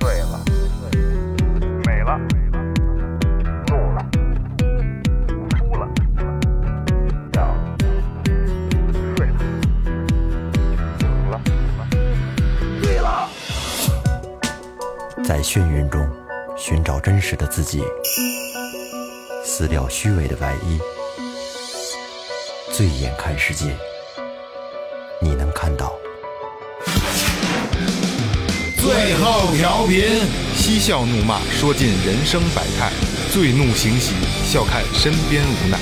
醉了，美了，怒了，哭了，笑了，睡了，醒了，醉了。在眩晕中寻找真实的自己，撕掉虚伪的外衣，醉眼看世界，你能看到。最后调频，嬉笑怒骂，说尽人生百态；醉怒行喜，笑看身边无奈。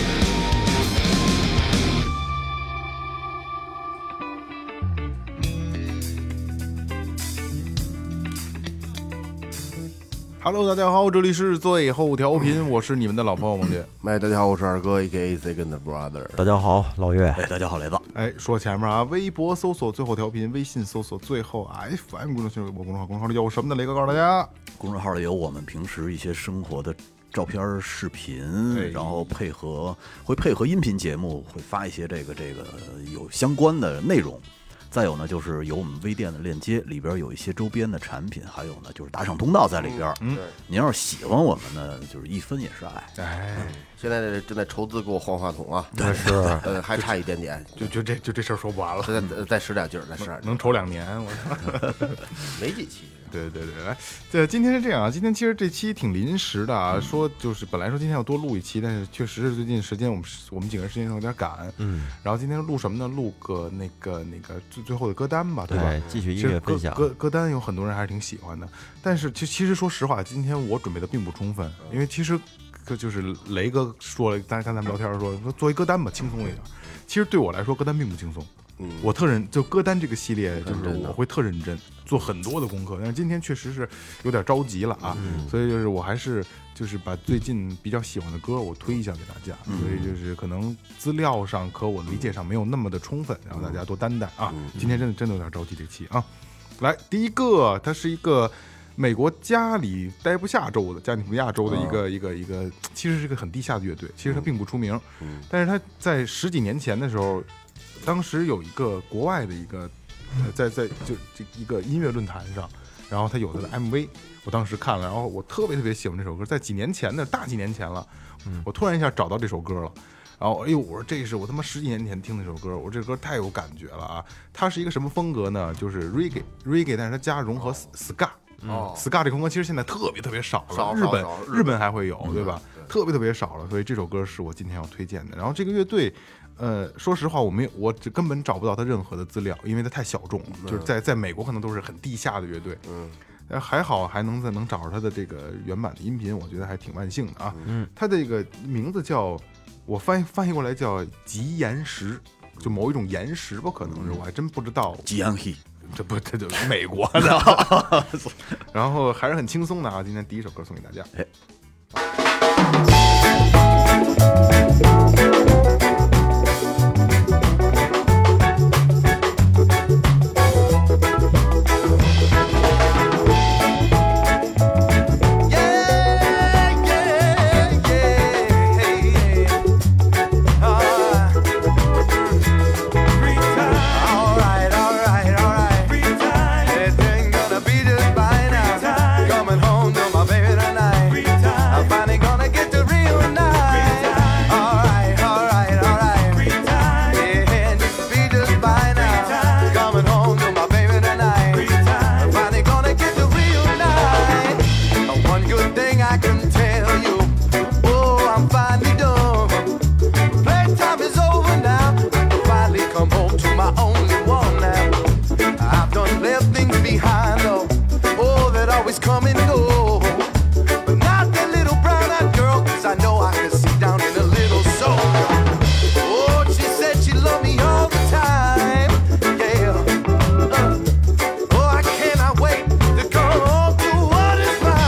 Hello，大家好，这里是最后调频，我是你们的老朋友孟杰。哎，大家好，我是二哥，A.K.A. Second Brother。大家好，老岳，哎，大家好，雷子。哎，说前面啊，微博搜索最后调频，微信搜索最后 FM 公众号，我公众号公众号里有什么呢？雷哥告诉大家，公众号里有我们平时一些生活的照片儿、视哎频，然后配合会配合音频节目，会发一些这个这个有相关的内容。再有呢，就是有我们微店的链接，里边有一些周边的产品，还有呢就是打赏通道在里边。嗯，您要是喜欢我们呢，就是一分也是爱。哎现在正在筹资给我换话筒啊，是呃，还差一点点，就就这就这事儿说不完了，再再再使点劲儿，再使点劲儿，能瞅两年，我操。没几期。对对对，来，这今天是这样啊，今天其实这期挺临时的啊，说就是本来说今天要多录一期，但是确实是最近时间我们我们几个人时间有点赶，嗯，然后今天录什么呢？录个那个那个最最后的歌单吧，对吧？对，哎继续音其实乐歌分享。歌歌单有很多人还是挺喜欢的，但是其其实说实话，今天我准备的并不充分，因为其实可就是雷哥说了，大家刚才咱们聊天说说做一歌单吧，轻松一点。其实对我来说，歌单并不轻松。我特认就歌单这个系列，就是我会特认真做很多的功课，但是今天确实是有点着急了啊，所以就是我还是就是把最近比较喜欢的歌我推一下给大家，所以就是可能资料上和我理解上没有那么的充分，然后大家多担待啊。今天真的真的有点着急这期啊。来，第一个，他是一个美国加里待不下州的加利福尼亚州的一个、一个一个，其实是个很地下的乐队，其实它并不出名，但是他在十几年前的时候，当时有一个国外的一个，呃在在就这一个音乐论坛上，然后他有他的 MV，我当时看了，然后我特别特别喜欢这首歌，在几年前的大几年前了，我突然一下找到这首歌了。然后，哎呦，我说这是我他妈十几年前听的一首歌，我这歌太有感觉了啊！它是一个什么风格呢？就是 reggae reggae，但是它加融合 ska，哦 ska 这风格其实现在特别特别少了，少啊日本少少日本还会有，对吧？特别特别少了，所以这首歌是我今天要推荐的。然后这个乐队，呃，说实话，我没有，我这根本找不到他任何的资料，因为他太小众了，就是在在美国可能都是很地下的乐队。嗯。还好还能在能找着他的这个原版的音频，我觉得还挺万幸的啊。嗯，他这个名字叫，我翻译翻译过来叫极岩石，就某一种岩石吧，可能是我还真不知道。吉安嘿，嗯这不这就是美国的， 然后还是很轻松的啊。今天第一首歌送给大家， One good thing I can tell you, oh, I'm finally done. Playtime is over now. I can finally come home to my only one now. I've done left things behind, though. Oh, that always come and go. But not that little brown eyed girl, cause I know I can see down in a little soul. Oh, she said she loved me all the time. Yeah. Uh. Oh, I cannot wait to come home to what is mine.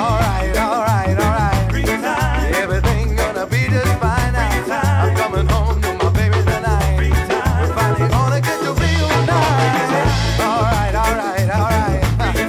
Alright, alright, alright. Everything gonna be just fine now. I'm coming home to my baby tonight. We're finally gonna get to real nice. Alright, alright, alright. Uh.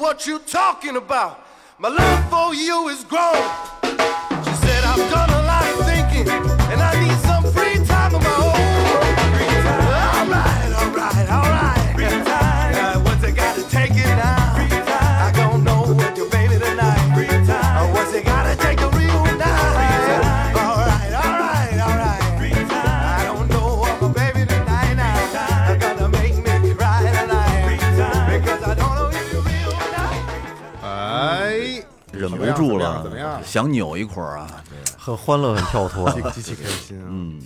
what you talking about. My love for you is grown. She said, I've done a lot of thinking, and I need some free time of my own. Free time. All right, all right, all right. Free time. Uh, what's it gotta take it now? Free time. I don't know what you're baby tonight. Free time. Uh, what's it gotta take a real night? Free time. All right, all right, all right. Free time. I don't know what my baby tonight now. I gotta make me cry tonight. Free time. Because I don't know if you're real or not. 哎，忍不住怎么样了，？想扭一块儿啊！很欢乐，很跳脱。极极其开心、嗯，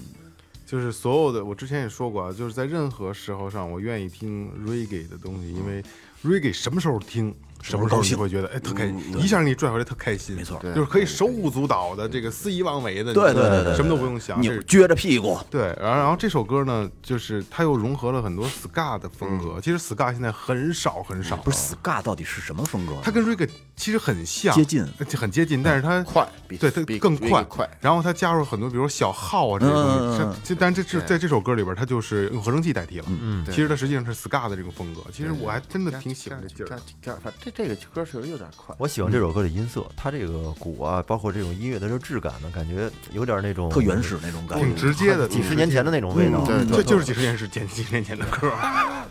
就是所有的，我之前也说过啊，就是在任何时候上，我愿意听 reggae 的东西，因为 reggae 什么时候听，嗯什么时候你会觉得，哎，特开心，一下给你拽回来特开心，没错就是可以手舞足蹈的，这个肆意妄为的， 对对对对，什么都不用想，扭这是撅着屁股，对，然后然后这首歌呢，就是它又融合了很多 ska 的风格，其实 ska 现在很少很少，不是 ska 到底是什么风格？它跟 reggae 其实很像，接近呃很接近，但是它嗯快比对它比更 reggae 快快然后它加入很多，比如小号啊这些嗯东西，它这但这这在这首歌里边，它就是用合成器代替了。嗯，其实它实际上是 ska 的这种风格，其实我还真的挺喜欢这劲儿的。反正这个歌确实有点快，我喜欢这首歌的音色，它这个鼓啊，包括这种音乐的这质感呢，感觉有点那种特原始那种感挺觉。直接的，几十年前的那种味道。对这就是几十年是前几十年前的歌。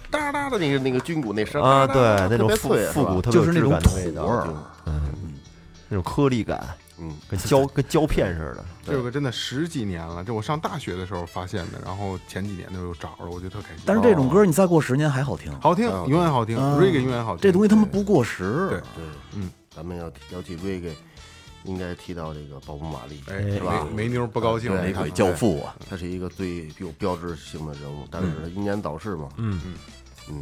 哒哒的那个那个军鼓那声啊，哒对哒哒，那种特别复脆复古，特别有就是那质种感的土味道，嗯味儿，那种颗粒感，嗯，跟胶跟胶片似的。这首歌真的十几年了，这我上大学的时候发现的，然后前几年的时候找着，我觉得特开心。哦但是这种歌你再过十年还好听，好听，永远好听啊，reggae 永远好听。这东西他妈不过时。对对，嗯，咱们要聊起 reggae，应该提到这个鲍勃·马利，哎，是吧？没没妞儿不高兴，对雷 鬼教父啊，他是一个最有标志性的人物，但嗯是他英年早逝嘛，嗯嗯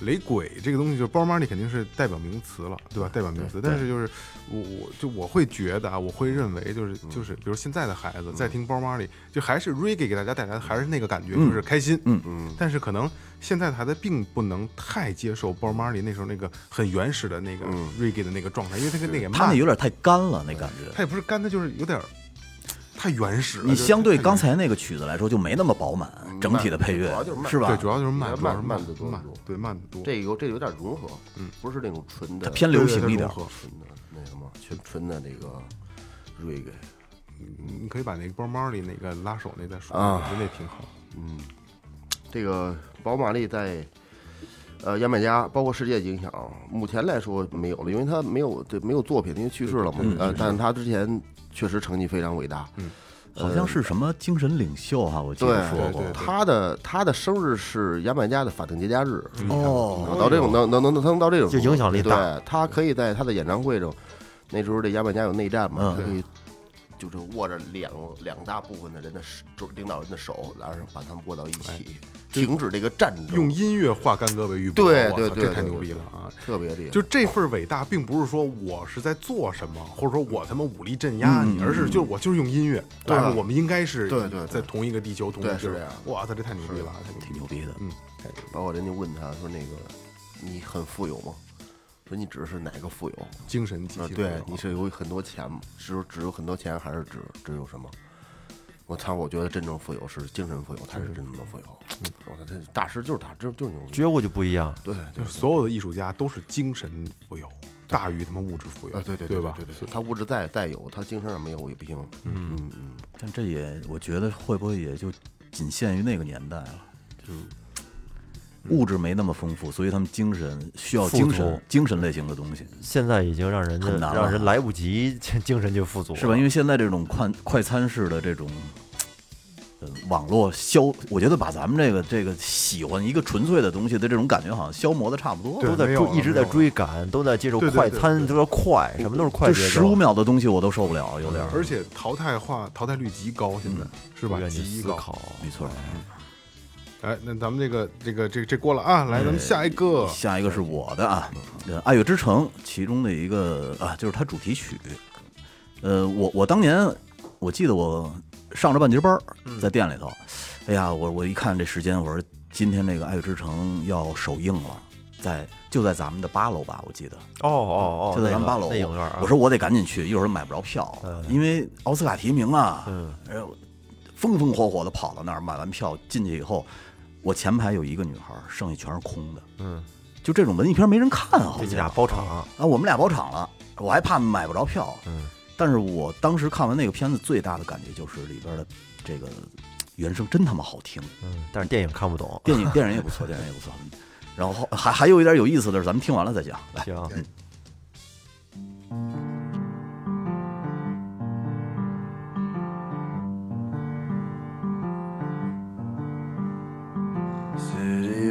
雷鬼这个东西，就是包马里肯定是代表名词了，对吧？代表名词，但是就是我我就我会觉得啊，我会认为就是就是，比如现在的孩子在听包马里，就还是 reggae 给大家带来的还是那个感觉，就是开心，嗯嗯。但是可能现在的孩子并不能太接受包马里那时候那个很原始的那个 reggae 的那个状态，因为他跟那个他那慢，有点太干了，那感觉。他也不是干，他就是有点儿太原始了。你就是相对太刚才那个曲子来说，就没那么饱满，整体的配乐主要就是慢是吧？对，主要就是慢，慢主要是慢得多慢，对慢得多，这有这有点融合，嗯，不是那种纯的偏对流对行它一融点儿。合纯的那什么，纯纯的那个 reggae，你可以把那个包猫里那个拉手那再说，啊我觉得那挺好。这个宝马丽在呃牙买加，包括世界影响，目前来说没有了，因为他没有对没有作品，因为去世了嘛。呃，但是他之前确实成绩非常伟大。嗯，好像是什么精神领袖哈、我记对得说过。他的他的生日是牙买加的法定节假日。哦，啊到这种能能能能到这种就影响力大对，他可以在他的演唱会上，那时候这牙买加有内战嘛，嗯他可以就是握着两两大部分的人的手，就是领导人的手，然后把他们握到一起，停止这个战争，用音乐化干戈为玉帛，对哇对塞对这太对牛逼了啊！特别厉害。就这份伟大，并不是说我是在做什么，或者说我他妈武力镇压嗯你，而是就是我就是用音乐，但是我们应该是对对对在同一个地球，同一个对是这样哇塞，这太牛逼了啊，太逼挺牛了。逼的。包括人家问他说那个你很富有吗？说你指是哪个富有？精神极啊，其对，你是有很多钱吗？是只有很多钱，还是只只有什么？我操！我觉得真正富有是精神富有，才是真正的富有。我操，这大师就是大师，就是牛逼。觉悟就不一样，对对嗯就是所有的艺术家都是精神富有，大于他妈物质富有，啊，对对对吧？对对，他物质再再有，他精神上没有也不行。嗯嗯嗯，但这也，我觉得会不会也就仅限于那个年代了？就物质没那么丰富，所以他们精神需要富精足神精神类型的东西，现在已经让人家很难了让人来不及精神就富足了，是吧？因为现在这种快快餐式的这种。呃网络消，我觉得把咱们这个这个喜欢一个纯粹的东西的这种感觉，好像消磨的差不多了。都在没有追了一直没有在了追赶，都在接受对对快对餐，都要快，什么都是快就节奏。嗯十五秒的东西我都受不了，有点儿。而且淘汰化淘汰率极高，现在嗯是吧不？愿意极思高。考。没错，哎，那咱们这个这个这这过了啊，来，咱哎们下一个。下一个是我的啊，呃《爱乐之城》其中的一个啊，就是它主题曲。呃，我我当年我记得我上着半截班儿在店里头，哎呀，我我一看这时间，我说今天这个《爱乐之城》要首映了，在就在咱们的八楼吧，我记得哦哦哦，就在咱那个们八楼那影院啊，我说我得赶紧去，一会儿买不着票，因为奥斯卡提名啊。嗯然后风风火火的跑到那儿，买完票进去以后，我前排有一个女孩儿，剩下全是空的。嗯，就这种文艺片没人看，好这像你俩包场，啊，我们俩包场了，我还怕买不着票。嗯，但是我当时看完那个片子，最大的感觉就是里边的这个原声真他妈好听，嗯，但是电影看不懂。电影电影也不错，电影也不错。然后还还有一点有意思的是，咱们听完了再讲。来，行， City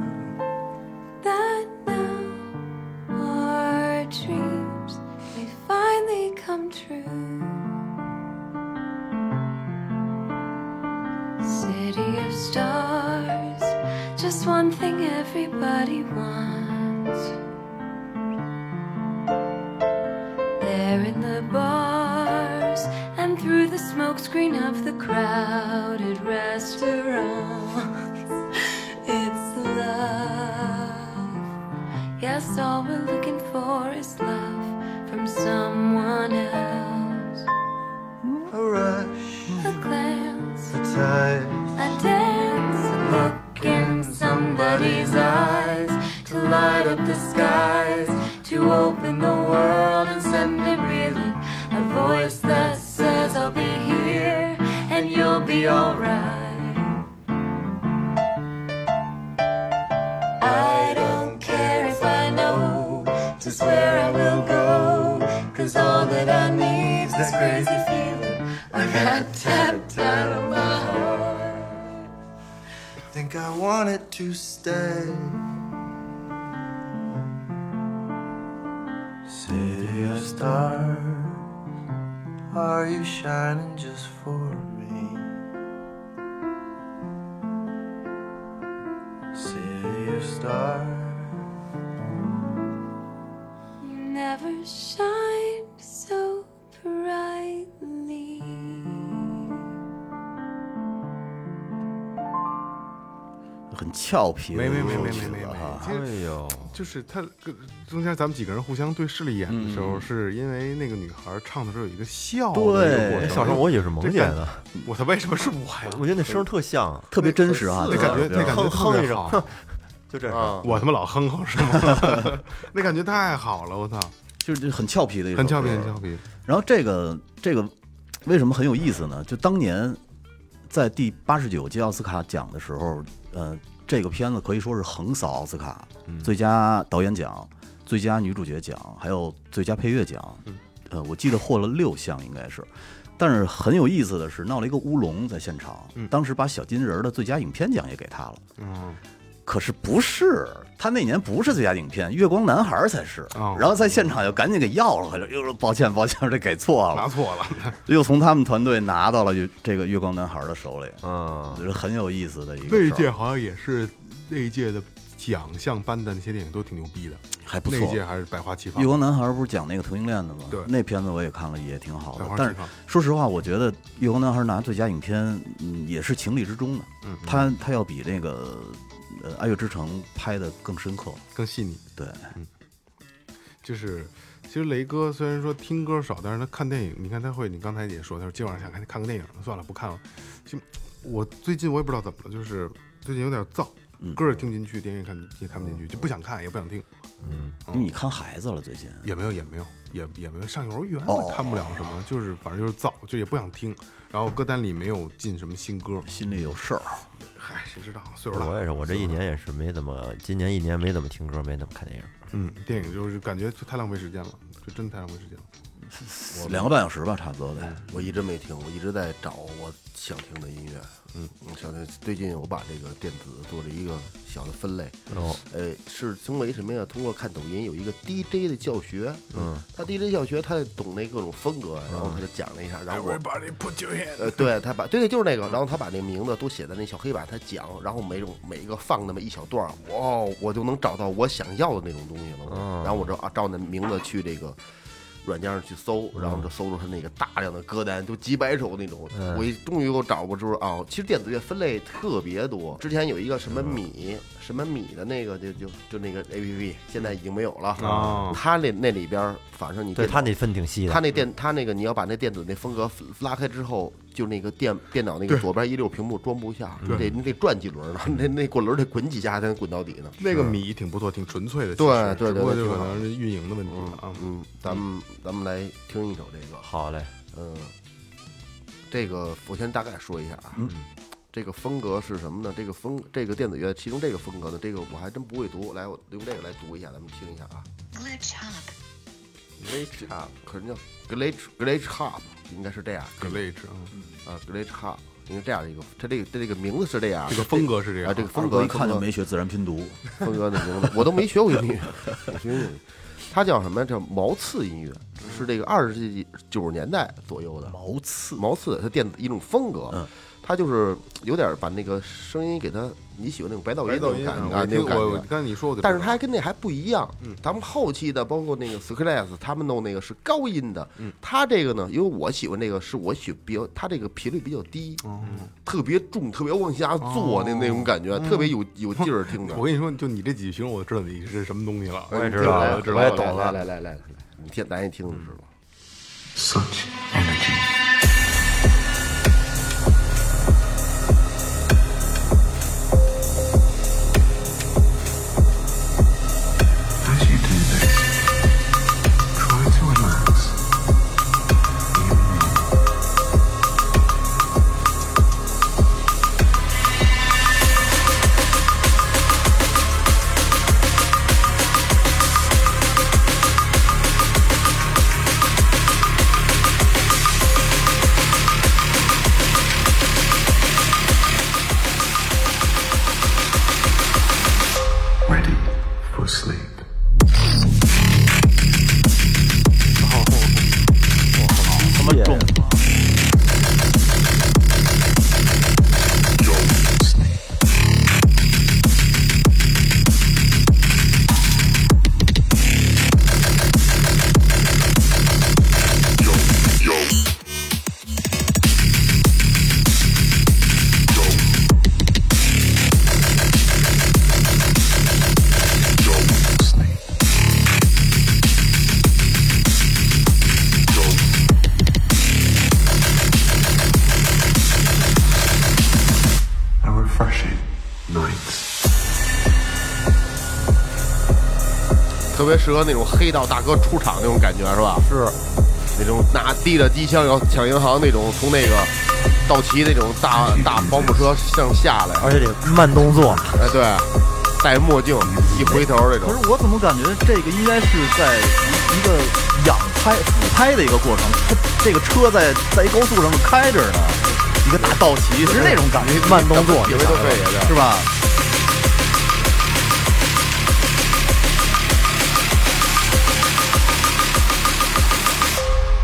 that now our dreams may finally come true. City of stars, just one thing everybody wants. There in the bars and through the smokescreen of the crowded restaurants. It's love. Yes, all we're looking for is love from someone else. a rush, A glance, a tide, a dance, a look in somebody's eyes to light up the skies, to open the world and send it reeling. A voice that says, I'll be here and you'll be alright. I don't care if I know just where I will go. Cause all that I need is this crazy feeling. I got tapped out of my heart. think I wanted to stay. City of stars, are you shining just for me? City of stars, You never shine so brightly. 很俏皮的没一没首曲没子啊，没没没没，哎其实哎呦，就是他跟中间咱们几个人互相对视了一眼的时候，是因为那个女孩唱的时候有一个笑的一个过对程，哎小小时候我以为是蒙这姐感呢，我操，为什么是我呀？我觉得那声儿特像，特别真实啊，那感觉那感觉哼特哼一别声好，，哼就这样。啊，我他妈老哼哼是吗？ 那感觉太好了，我操，就是很俏皮的一首歌，很俏皮，很俏皮。然后这个这个为什么很有意思呢？就当年在第八十九届奥斯卡奖的时候，呃，这个片子可以说是横扫奥斯卡，最佳导演奖、最佳女主角奖，还有最佳配乐奖。呃，我记得获了六项，应该是。但是很有意思的是，闹了一个乌龙在现场，当时把小金人的最佳影片奖也给他了。嗯，可是不是，他那年不是最佳影片，《月光男孩》才是。哦然后在现场又赶紧给要了回来，又说抱歉抱歉，这给错拿了，错了，又从他们团队拿到了这个《月光男孩》的手里，嗯，这是很有意思 的一那个一事届儿，好像也是那一届的奖项颁的那些电影都挺牛逼的，还不那错。一届《还是百花齐放月。光男孩》不是讲那个同性恋的吗？对那片子我也看了，也挺好的百花。齐啊但是放说实话，我觉得《月光男孩》拿最佳影片，嗯，也是情理之中的。嗯，他他要比那个呃《爱乐之城》拍的更深刻。更细腻。对，就是其实雷哥虽然说听歌少，但是他看电影，你看他会，你刚才也说，他说今晚上想看看个电影，算了，不看了。其实我最近我也不知道怎么了，就是最近有点燥，歌也听不进去，电影也看也看不进去，就不想看，也不想听，因为你看孩子了，最近。也没有也没有也也没有上幼儿园哦看不了什么，就是反正就是燥，就也不想听。然后歌单里没有进什么新歌，心里有事儿，嗨，谁知道啊岁数大我也了。是，我这一年也是没怎么，今年一年没怎么听歌，没怎么看电影。嗯，电影就是感觉就太浪费时间了，就真太浪费时间了。两个半小时吧，差不多得。我一直没听，我一直在找我想听的音乐。嗯，我想听。最近我把这个电子做了一个小的分类。哦，呃，是通过一什么呀？通过看抖音有一个 DJ 的教学。嗯，他 DJ 教学，他懂那各种风格，然后他就讲了一下，然后我。 Everybody put your hand。呃，对他把对对就是那个，然后他把那名字都写在那小黑板，他讲，然后每种每一个放那么一小段儿，哇、哦我就能找到我想要的那种东西了。然后我就啊照那名字去这个软件上去搜，然后就搜出他那个大量的歌单，都几百首那种。我一终于给我找过之后啊，其实电子乐分类特别多。之前有一个什么米什么米的那个，就就就那个 A P P，现在已经没有了。哦他那那里边儿，反正你对电脑他那分挺细的，他那电，他那个你要把那电子那风格拉开之后，就那个电电脑那个左边一溜屏幕装不下，你得你得转几轮呢， 那那滚轮得滚几下才能滚到底呢。那个米挺不错，挺纯粹的，对其实只对对不过对就挺可好能是运营的问题了啊。嗯，咱们咱们来听一首这个，好嘞，嗯，这个我先大概说一下啊，嗯这个风格是什么呢？这个风这个电子乐，其中这个风格呢，这个我还真不会读，来我用这个来读一下，咱们听一下啊。 Glitch hop. Glitch Hop，可能叫 Glitch Glitch Hop，应该是这样。 Glitch 啊，啊，Glitch Hop，因为这样一个，它这个它这个名字是这样，这个风格是这啊，样这。个风我格一看就风格没学自然拼读，风格的名字， 我都没学过英语，没学英语。它叫什么呀？叫毛刺音乐，是这个二十世纪九十年代左右的毛刺毛刺，它电子一种风格。嗯它就是有点把那个声音给它，你喜欢那种白噪音那种感觉啊，我那听种感我觉。刚才你说我就，但是它还跟那还不一样，嗯咱们后期的包括那个 s k l e s 他们弄那个是高音的，嗯它这个呢，因为我喜欢这个是我喜比较，它这个频率比较低，特别重，特别往下坐那那种感觉，特别有有劲儿听着。我跟你说，就你这几句形容，我就知道你是什么东西了。也知道来了来知道嗯了来 我也懂了哎来来来来来，你听，咱一听就知道。 Such energy. As you do this, try to relax. Even more. Ready for sleep. 他妈重啊！ A refreshing night. 特别适合那种黑道大哥出场那种感觉，是吧？是，那种拿提着机枪要抢银行那种，从那个道奇那种大大保姆车上下来，而且得慢动作，哎，对，戴墨镜一回头那可种，是我怎么感觉这个应该是在一个仰拍、俯拍的一个过程？它这个车在在一高速上开着呢，一个大道旗是那种感觉，慢动作，体会都可以的。是吧？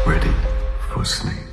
Ready for sleep.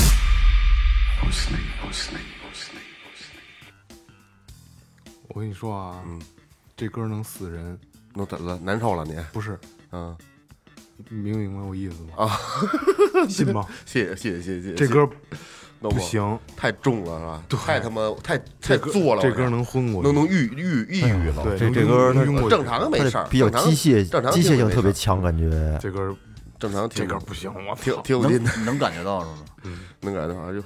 For sleep, for sleep, for sleep, for sleep. 我跟你说啊，这歌能死人，那怎么了？难受了您？不是？嗯，明明白我意思吗？啊，信吗？谢谢谢谢谢谢。这歌不不，行，太重了是吧？太他妈太太做了，这歌能昏过去，能能抑郁抑郁了。对，这能这歌能晕过去正常的没事儿，比较正常机械正常机械听性没特别事儿强，感觉这歌正常听这歌不行，我挺操！挺有劲的，啊能能感觉到是吗？能感觉到就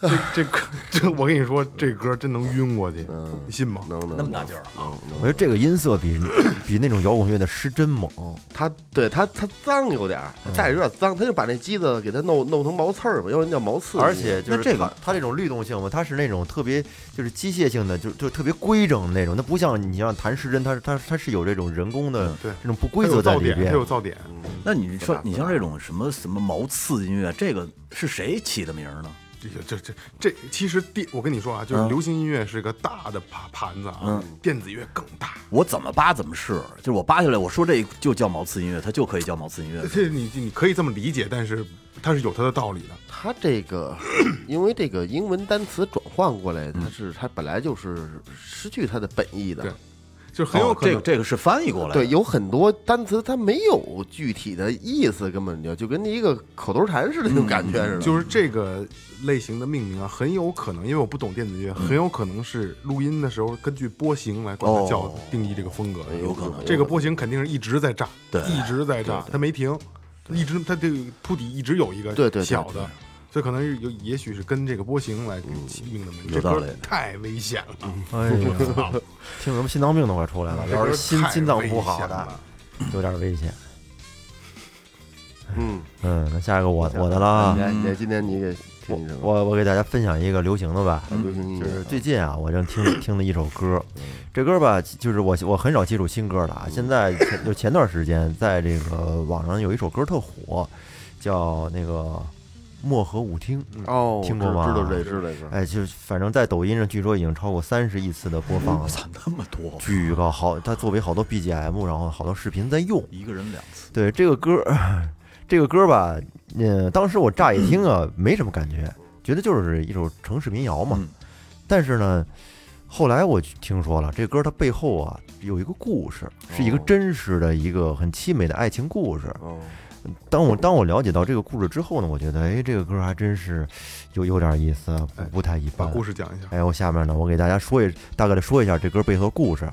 这这歌，这我跟你说，这歌真能晕过去，你信吗？能那能么大劲儿，我觉得这个音色比比那种摇滚乐的失真猛，哦他对他他脏有点儿，他带着有点脏，他就把那鸡子给它弄弄成毛刺儿吧，要不然叫毛刺。而且就是那这个它它这种律动性嘛，它是那种特别就是机械性的，就就特别规整的那种，它不像你像弹失真，它它它是有这种人工的嗯对这种不它规有则在噪里点，它边。有噪点。那你说你像这种什么什么毛刺音乐，这个是谁起的名儿呢？这个这这这，其实电我跟你说啊，就是嗯流行音乐是个大的盘盘子啊，电子乐更大。我怎么扒怎么是，就是我扒下来，我说这就叫毛刺音乐，它就可以叫毛刺音乐。这你你可以这么理解，但是它是有它的道理的。他这个，因为这个英文单词转换过来，它是它本来就是失去它的本意的对。就是很有哦可这能、个这个是翻译过来的，对，有很多单词它没有具体的意思，根本就就跟一个口头禅似的那种感觉似的。就是这个类型的命名啊，很有可能，因为我不懂电子乐，很有可能是录音的时候根据波形来管它叫哦定义这个风格的。有可能这个波形肯定是一直在炸，对一直在炸，它没停，一直它这个铺底一直有一个对对对小的，所以可能是有，也许是跟这个波形来起命的名字。有道理这歌太危险了， 哎呀，听什么心脏病都快出来了，嗯这要歌是心太心脏危不好险的了，有点危险。嗯，嗯，那下一个我我的了啊，嗯你你哎今天你给我听一声吧，我我给大家分享一个流行的吧，嗯流行音就乐是最近啊，我正听 听了一首歌，嗯这歌吧，就是我我很少接触新歌了啊。现在前就前段时间，在这个网上有一首歌特火，叫那个《漠河舞厅》。嗯哦，听过知吗知道这知道这歌。哎，就是反正在抖音上据说已经超过三十亿次的播放我了，操那么多，巨高好，它作为好多 BGM，然后好多视频在用。一个人两次，对这个歌，这个歌吧，嗯，当时我乍一听啊，没什么感觉，觉得就是一首城市民谣嘛。嗯但是呢，后来我听说了，这歌它背后啊有一个故事，是一个哦真实的一个很凄美的爱情故事。哦，当我当我了解到这个故事之后呢，我觉得，哎，这个歌还真是有有点意思，啊不哎不太一把般。故事讲一下。哎，我下面呢，我给大家说一大概的说一下这歌背后故嗯事。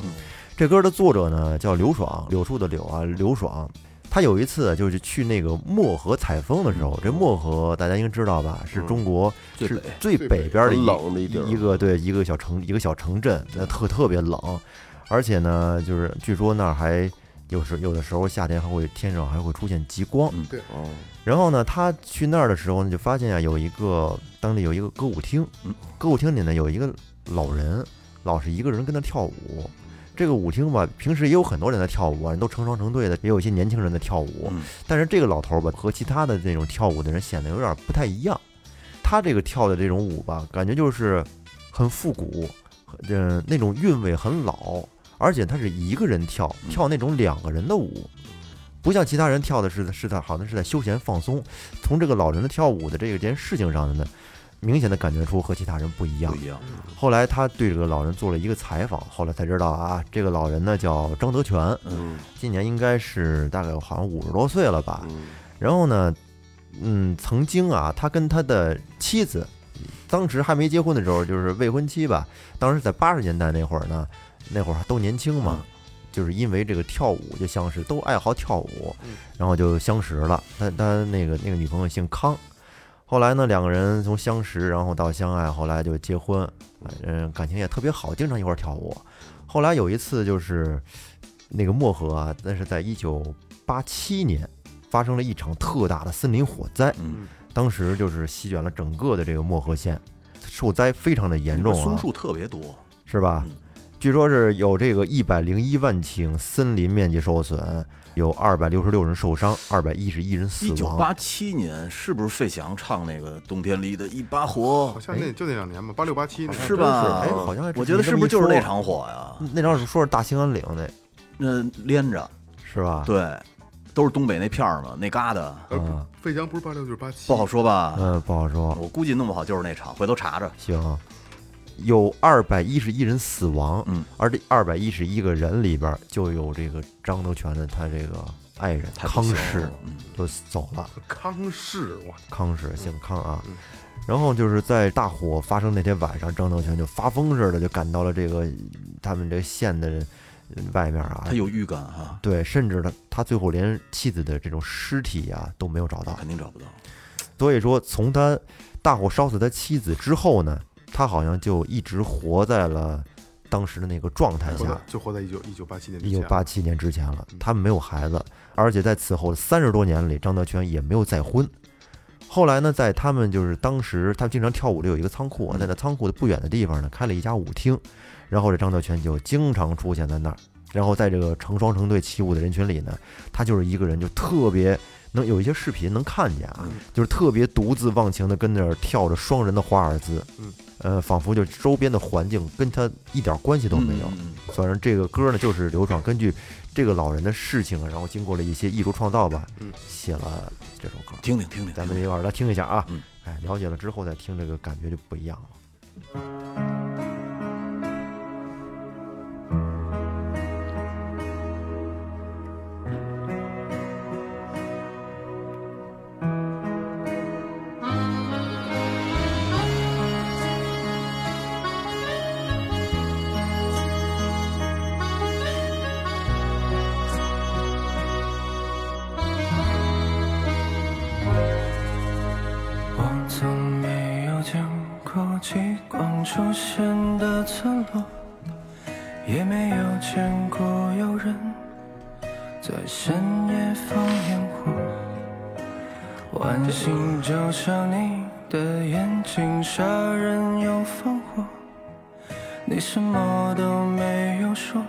这歌的作者呢叫刘爽，柳树的柳啊，刘爽。他有一次就是去那个漠河采风的时候，这漠河大家应该知道吧，是中国嗯最是北最北边的很一冷的一地儿一个对一个小城一个小城镇，那特特别冷，而且呢，就是据说那儿还有时有的时候夏天还会天上还会出现极光。嗯哦，然后呢，他去那儿的时候呢，就发现啊，有一个当地有一个歌舞厅嗯，歌舞厅里呢有一个老人，老是一个人跟他跳舞。这个舞厅吧，平时也有很多人在跳舞啊，人都成双成对的，也有一些年轻人在跳舞。嗯但是这个老头儿吧，和其他的那种跳舞的人显得有点不太一样。他这个跳的这种舞吧，感觉就是很复古，嗯、呃，那种韵味很老，而且他是一个人跳，嗯跳那种两个人的舞，不像其他人跳的是是在好像是在休闲放松。从这个老人的跳舞的这件事情上呢，明显的感觉出和其他人不一样不。一样，后来他对这个老人做了一个采访，后来才知道啊，这个老人呢叫张德全，嗯今年应该是大概好像五十多岁了吧。嗯然后呢，嗯，曾经啊，他跟他的妻子，当时还没结婚的时候，就是未婚妻吧。当时在八十年代那会儿呢，那会儿都年轻嘛，就是因为这个跳舞就相识，都爱好跳舞，然后就相识了。他他那个那个女朋友姓康，后来呢，两个人从相识，然后到相爱，后来就结婚，嗯，感情也特别好，经常一块儿跳舞。后来有一次就是那个漠河啊，那是在一九八七年发生了一场特大的森林火灾，嗯当时就是席卷了整个的这个漠河县，受灾非常的严重啊，松树特别多，是吧嗯？据说是有这个一百零一万顷森林面积受损，有二百六十六人受伤，二百一十一人死一九亡。八七年是不是费翔唱那个冬天里的一把火好，像那就那两年吧，八六八七哦是吧？哎好像还真是我觉得是不是就是你这么一说那场火呀？嗯那张是说是大兴安岭那，那连着，是吧？对，都是东北那片儿嘛，那旮瘩呃，不啊费翔不是八六就是八七，不好说吧？嗯，不好说。我估计弄不好就是那场，回头查查。行，有二百一十一人死亡，嗯，而这二百一十一个人里边儿就有这个张德全的他这个爱人太不康行了氏嗯就走了，康氏，我康氏姓康啊。嗯然后就是在大火发生那天晚上，张德全就发疯似的就赶到了这个他们这个县的呃外面啊他，有预感哈，对，甚至他他最后 连妻子的这种尸体啊都没有找到，肯定找不到。所以说，从他大火烧死他妻子之后呢，他好像就一直活在了当时的那个状态活在下。就活在一九一九八七年之一前，九八七年之前了，他们没有孩子，而且在此后三十多年里，张德全也没有再婚。后来呢，在他们就是当时他们经常跳舞的有一个仓库啊，在那仓库的不远的地方呢，开了一家舞厅，然后这张德全就经常出现在那儿。然后在这个成双成对起舞的人群里呢，他就是一个人，就特别能有一些视频能看见啊，就是特别独自忘情的跟那儿跳着双人的华尔兹，嗯，呃，仿佛就周边的环境跟他一点关系都没有。嗯反正这个歌呢，就是刘爽根据这个老人的事情啊，然后经过了一些艺术创造吧，嗯写了这首歌。听听听听，咱们一块儿来听一下啊嗯，哎，了解了之后再听这个感觉就不一样了。我从没有见过极光出现的村落，也没有见过有人在深夜放烟火。晚星就像你的眼睛，杀人又放火。你什么都没有说，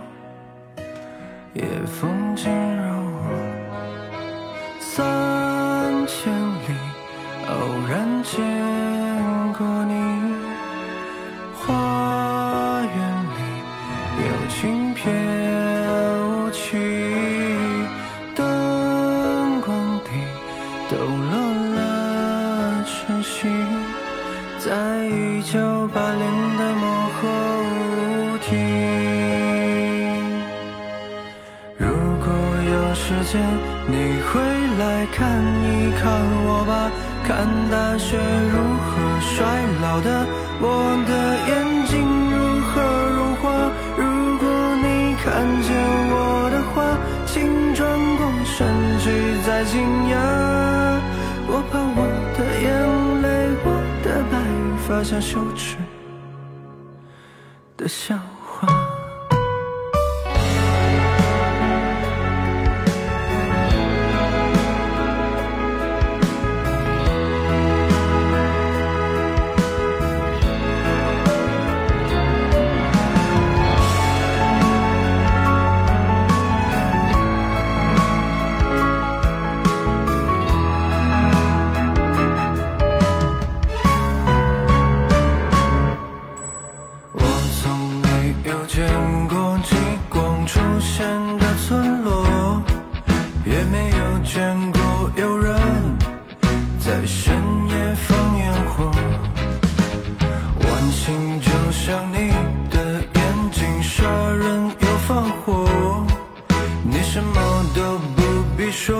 夜风惊扰我。三千里偶然见过你，花园里有晴翩舞起，灯光底抖落了晨曦，在一九八零的幕后舞厅。如果有时间，你会来看一看我吧，看大雪如何衰老的，我的眼睛如何融化。如果你看见我的话，请转过身去再惊讶。我怕我的眼泪，我的白发像羞耻的笑话。我从没有见过极光出现的村落，也没有见过有人在深夜放烟火。晚星就像你的眼睛，杀人又放火，你什么都不必说，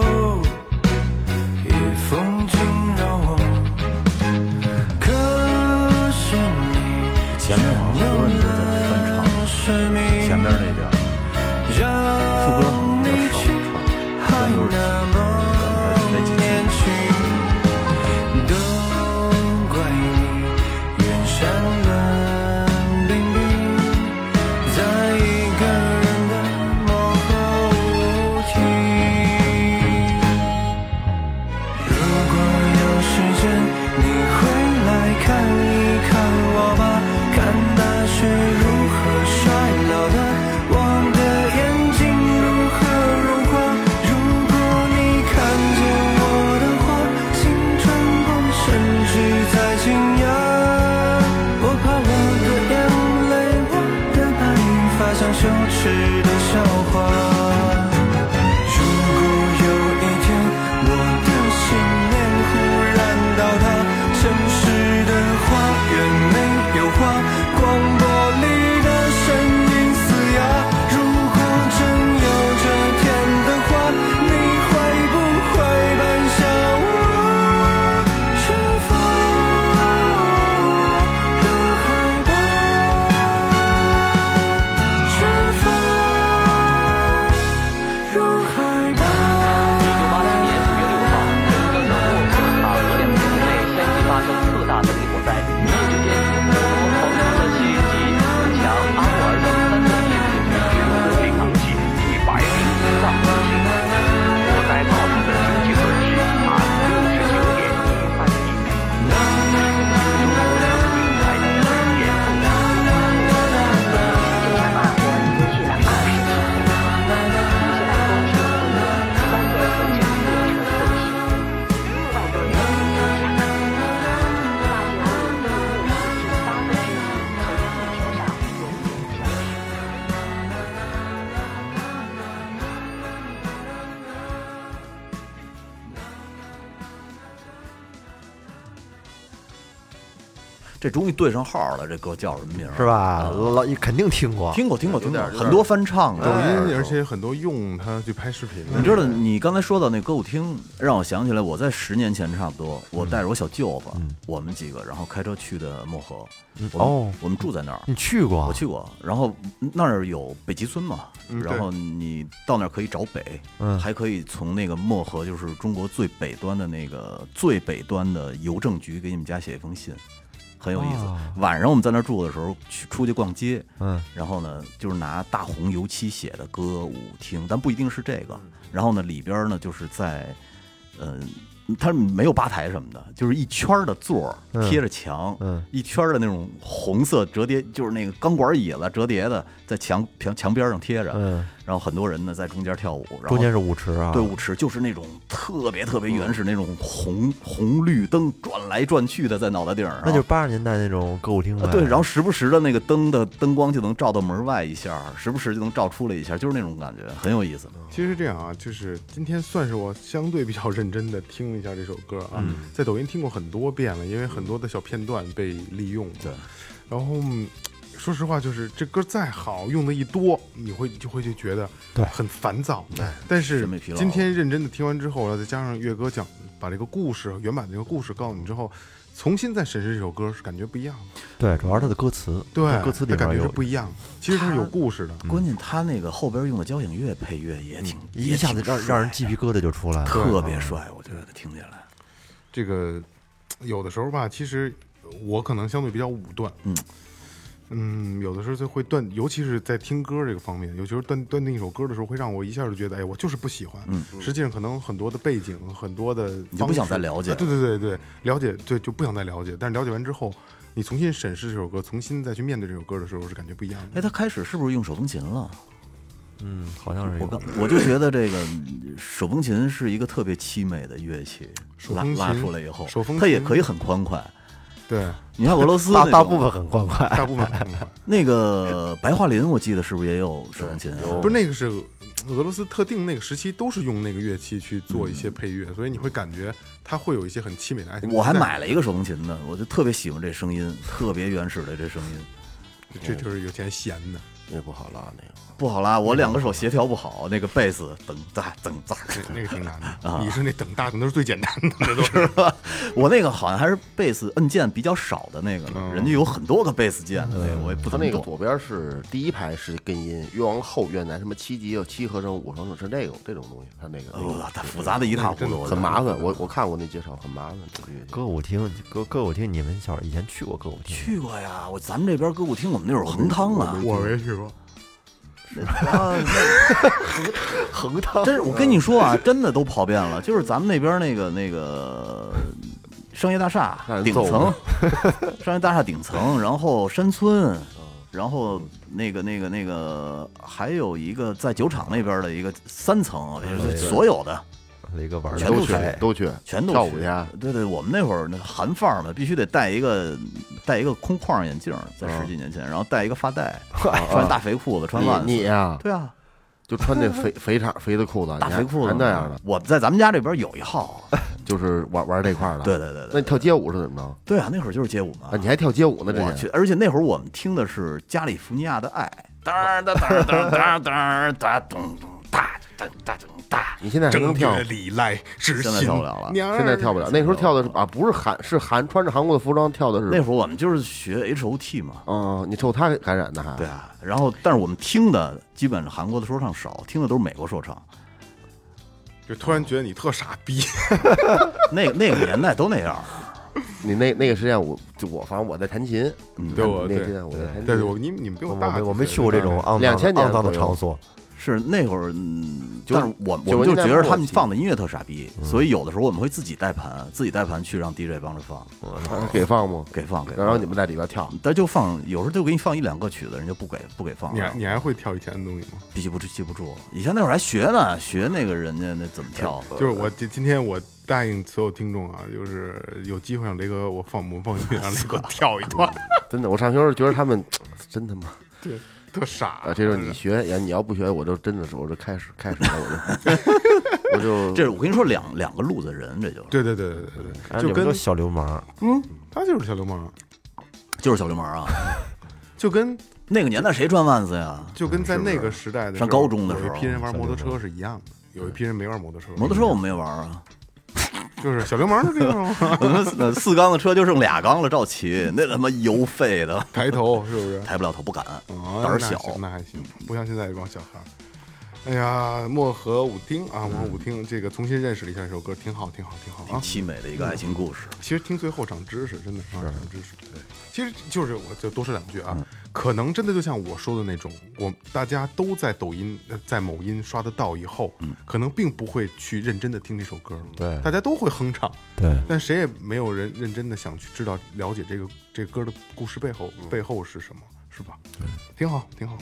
夜风惊扰我。可是你。前面好像有你在翻唱，前前面边那边副歌好像比较少唱，但都是咱们在一起。都怪你远山的淋雨，在一个人的幕后舞厅。如果有时间，你会来看一看我吧，看大雪如何衰老的，我的眼睛如何融化。如果你看见我的话，请转过身去再惊讶。我怕我的眼泪，我的白发像羞耻的笑话。如果有一天我的信念忽然倒塌，城市的花园没有花，广播里的声音嘶哑。如果真有这天的话，你会不会奔向我出发？这终于对上号了，这歌叫什么名儿？是吧？嗯老肯定听过，听过，听过，有听过，点有点很多翻唱抖的。哎音，而且很多用它去拍视频的。你知道，你刚才说到那歌舞厅，让我想起来，我在十年前差不多，我带着我小舅子，我们几个，然后开车去的漠河。我们哦我们住在那儿，你去过？啊我去过。然后那儿有北极村嘛，嗯对然后你到那儿可以找北，嗯还可以从那个漠河，就是中国最北端的那个最北端的邮政局给你们家写一封信，很有意思。哦晚上我们在那儿住的时候，去出去逛街，嗯，然后呢，就是拿大红油漆写的歌舞厅，但不一定是这个。嗯然后呢，里边呢就是在，呃，它没有吧台什么的，就是一圈儿的座儿贴着墙，嗯一圈儿的那种红色折叠，就是那个钢管椅子折叠的，在墙墙墙边上贴着。嗯，然后很多人呢在中间跳舞，然后中间是舞池啊，对，舞池就是那种特别特别原始那种红红绿灯转来转去的在脑袋顶上，那就是八十年代那种歌舞厅呗。啊，对，然后时不时的那个灯的灯光就能照到门外一下，时不时就能照出来一下，就是那种感觉，很有意思。嗯其实这样啊，就是今天算是我相对比较认真的听一下这首歌啊，在抖音听过很多遍了，因为很多的小片段被利用。对，然后嗯说实话，就是这歌再好，用的一多，你会就会就觉得对很烦躁。但是审美疲劳今天认真的听完之后，然后再加上岳哥讲把这个故事原版的这个故事告诉你之后，重新再审视这首歌是感觉不一样的。对，主要是它的歌词，对，歌词里它感面觉是有不一样的。其实它是有故事的。关键他那个后边用的交响乐配乐也挺，嗯一下子让让人鸡皮疙瘩就出来了。特别帅，我觉得听起来。这个有的时候吧，其实我可能相对比较武断，嗯嗯有的时候就会断，尤其是在听歌这个方面，尤其是断断定一首歌的时候，会让我一下就觉得，哎，我就是不喜欢。嗯实际上可能很多的背景，很多的你就不方式想再了解啊对对对对，了解对就不想再了解，但是了解完之后，你重新审视这首歌，重新再去面对这首歌的时候，是感觉不一样的。哎，他开始是不是用手风琴了？嗯，好像是我有刚我就觉得这个手风琴是一个特别凄美的乐器，手拉风拉琴出来以后手风，它也琴可以很欢快。对，你看俄罗斯大那大种部分很欢快，大部分很快那个白桦林，我记得是不是也有手风琴啊？不是那个是俄罗斯特定那个时期都是用那个乐器去做一些配乐，所以你会感觉它会有一些很凄美的爱情。我还但买了一个手风琴呢，我就特别喜欢这声音，特别原始的这声音。这就是有钱闲的。那不好拉那个。不好拉，我两个手协调不好，那个贝斯噔哒噔哒， 那那个挺难的，你是那等大等都是最简单的，这都是我那个好像还是贝斯按键比较少的那个呢，人家有很多个贝斯键的那个，我也不哦嗯它怎那么个懂。左边是第一排是根音，越往后越难，什么七级有七和声、五和声是这种这种东西，它那个哎呦，它复杂的一塌糊涂，很麻烦。我我看过那介绍，很麻烦。这个乐器 歌舞厅，歌歌舞厅，你们小以前去过歌舞厅？去过呀，我咱们这边歌舞厅，我们那会儿横汤 啊，我没去过。横汤真是我跟你说啊，真的都跑遍了，就是咱们那边那个那个商业大厦看顶揍层， 商业大厦顶层，然后山村，然后那个那个那个还有一个在酒厂那边的一个三层，就是所有啊的一个玩儿全都的，去去都去全都跳舞去去啊，对对，我们那会儿那韩范儿嘛，必须得戴一个戴一个空框眼镜，在十几年前，然后戴一个发带，穿大肥裤子，穿袜啊你你子，呀，对啊，就穿那肥肥衩肥的裤子，大你肥还裤子嗯还那样的，。我在咱们家这边有一号，啊 就是玩玩这块儿的。对，对对对那。你跳街舞是怎么着？对啊，那会儿就是街舞嘛啊，。你还跳街舞呢？我这去是，而且那会儿我们听的是加利福尼亚的爱，当儿当当当当当当咚咚哒哒哒咚哒。你现在还能正跳月吗？里来是现在跳不了了娘儿现在跳不哎了，那时候跳的是啊，不是韩，是韩穿着韩国的服装跳的 那是，会儿我们就是学 H O T 嘛，嗯，你受他感染的还 对啊。然后，但是我们听的基本上韩国的说唱少，听的都是美国说唱。就突然觉得你特傻逼。那那个年代都那样。你那那个时间我就我反正我在弹琴，嗯对我那对时间我在弹对琴对，，我你你们比我大没几岁，我没去过这种啊肮脏2000年肮脏的左右场所，是那会儿，嗯，九但是我我九们十就年代觉得他末们期放的音乐特傻逼，所以有的时候我们会自己带盘，自己带盘去让 DJ 帮着放，啊给放吗？给放给放。然后你们在里边跳，但就放，有时候就给你放一两个曲子，人就不给不给放你了还。你还会跳以前的东西吗？记不住，记不住。以前那会儿还学呢，学那个人家那怎么跳。就是我今今天我答应所有听众啊，就是有机会让雷哥我放模放音乐，让雷哥跳一段，真的，我上学时候觉得他们真他妈特傻啊，。这就是你学，呀，你要不学，我就真的是我就开始开始了， 我就这我就是我跟你说两两个路子人，这就是对对对对对对，哎就你们都跟小流氓，他就是小流氓，就是小流氓啊！就跟那个年代谁穿万啊斯呀？就跟在那个时代的上时候高中的时有候一批人玩摩托小车是一样的，有一批人没玩摩托车，摩托车我们没玩啊， 就是小流氓是这样吗？我们那四缸的车就剩俩缸了，赵琦那他妈油费的，抬头是不是？ 抬不了头，不敢，啊，胆儿那小。行那还行，不像现在这帮小孩儿。哎呀，漠河舞厅啊，嗯漠河舞厅，这个重新认识了一下这首歌，挺好，挺好，挺好啊。凄美的一个爱情故事，其实听最后长知识，真的是长知识。对，其实就是我就多说两句啊，嗯可能真的就像我说的那种，我大家都在抖音、呃在某音刷得到以后，可能并不会去认真的听这首歌，嗯对大家都会哼唱，对，但谁也没有人认真的想去知道、了解这个这歌的故事背后嗯背后是什么，是吧？挺好，挺好。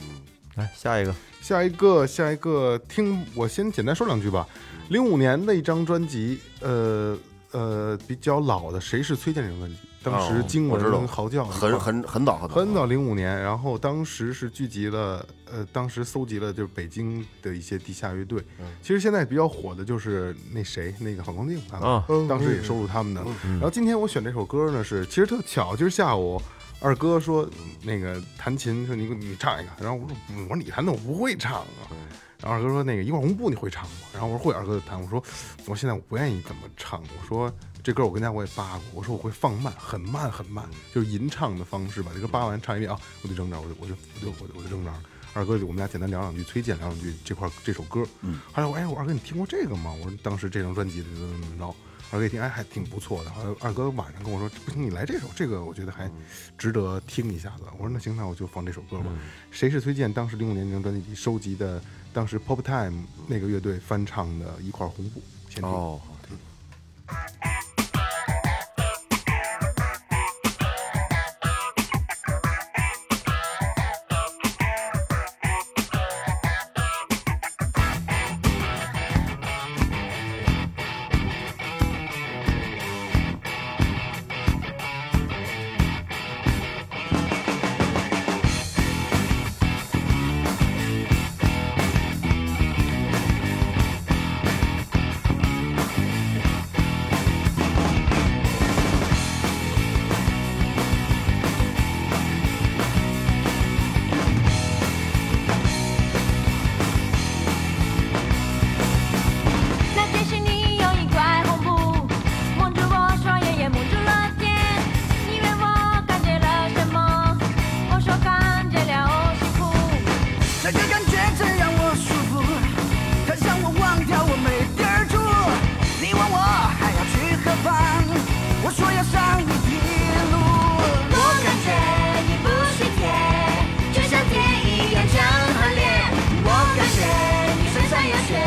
来下一个，下一个，下一个，听我先简单说两句吧。零五年那张专辑，呃呃，比较老的，谁是崔健这张专辑，当时哦经我知道文嚎叫，很很很早很早很早，零五年，然后当时是聚集了，呃，当时搜集了就是北京的一些地下乐队。其实现在比较火的就是那谁，那个反光镜他们，啊当时也收录他们的。然后今天我选这首歌呢，是其实特巧，今儿下午。二哥说：“那个弹琴，说你给我你唱一个。”然后我说：“我说你弹的我不会唱啊。”然后二哥说：“那个一块红布你会唱吗？”然后我说：“会。”二哥就弹。我说：“我说现在我不愿意怎么唱。”我说：“这歌我跟家我也扒过，我说我会放慢，很慢很慢，就是吟唱的方式把这歌扒完唱一遍啊，我就扔这儿，我就我就我就我就我就扔这儿。”二哥就我们俩简单聊两句，崔健聊两句这块这首歌。嗯，后来我哎我二哥你听过这个吗？我说当时这张专辑怎么怎么着。二哥一听，哎，还挺不错的。后来二哥晚上跟我说，不行，你来这首，这个我觉得还值得听一下子。我说那行，那我就放这首歌吧。谁是崔健？当时零五年这张专辑里收集的，当时 Pop Time 那个乐队翻唱的一块红布，先听。哦，那天是你用一块红布蒙住我双眼，也蒙住了天。你问我感觉了什么？我说感觉了幸福。这个感觉真让我舒服，它让我忘掉我没地儿住。你问我还要去何方？我说要上一匹路。我感觉你不是铁，就像铁一样强而烈。我感觉你身上有血，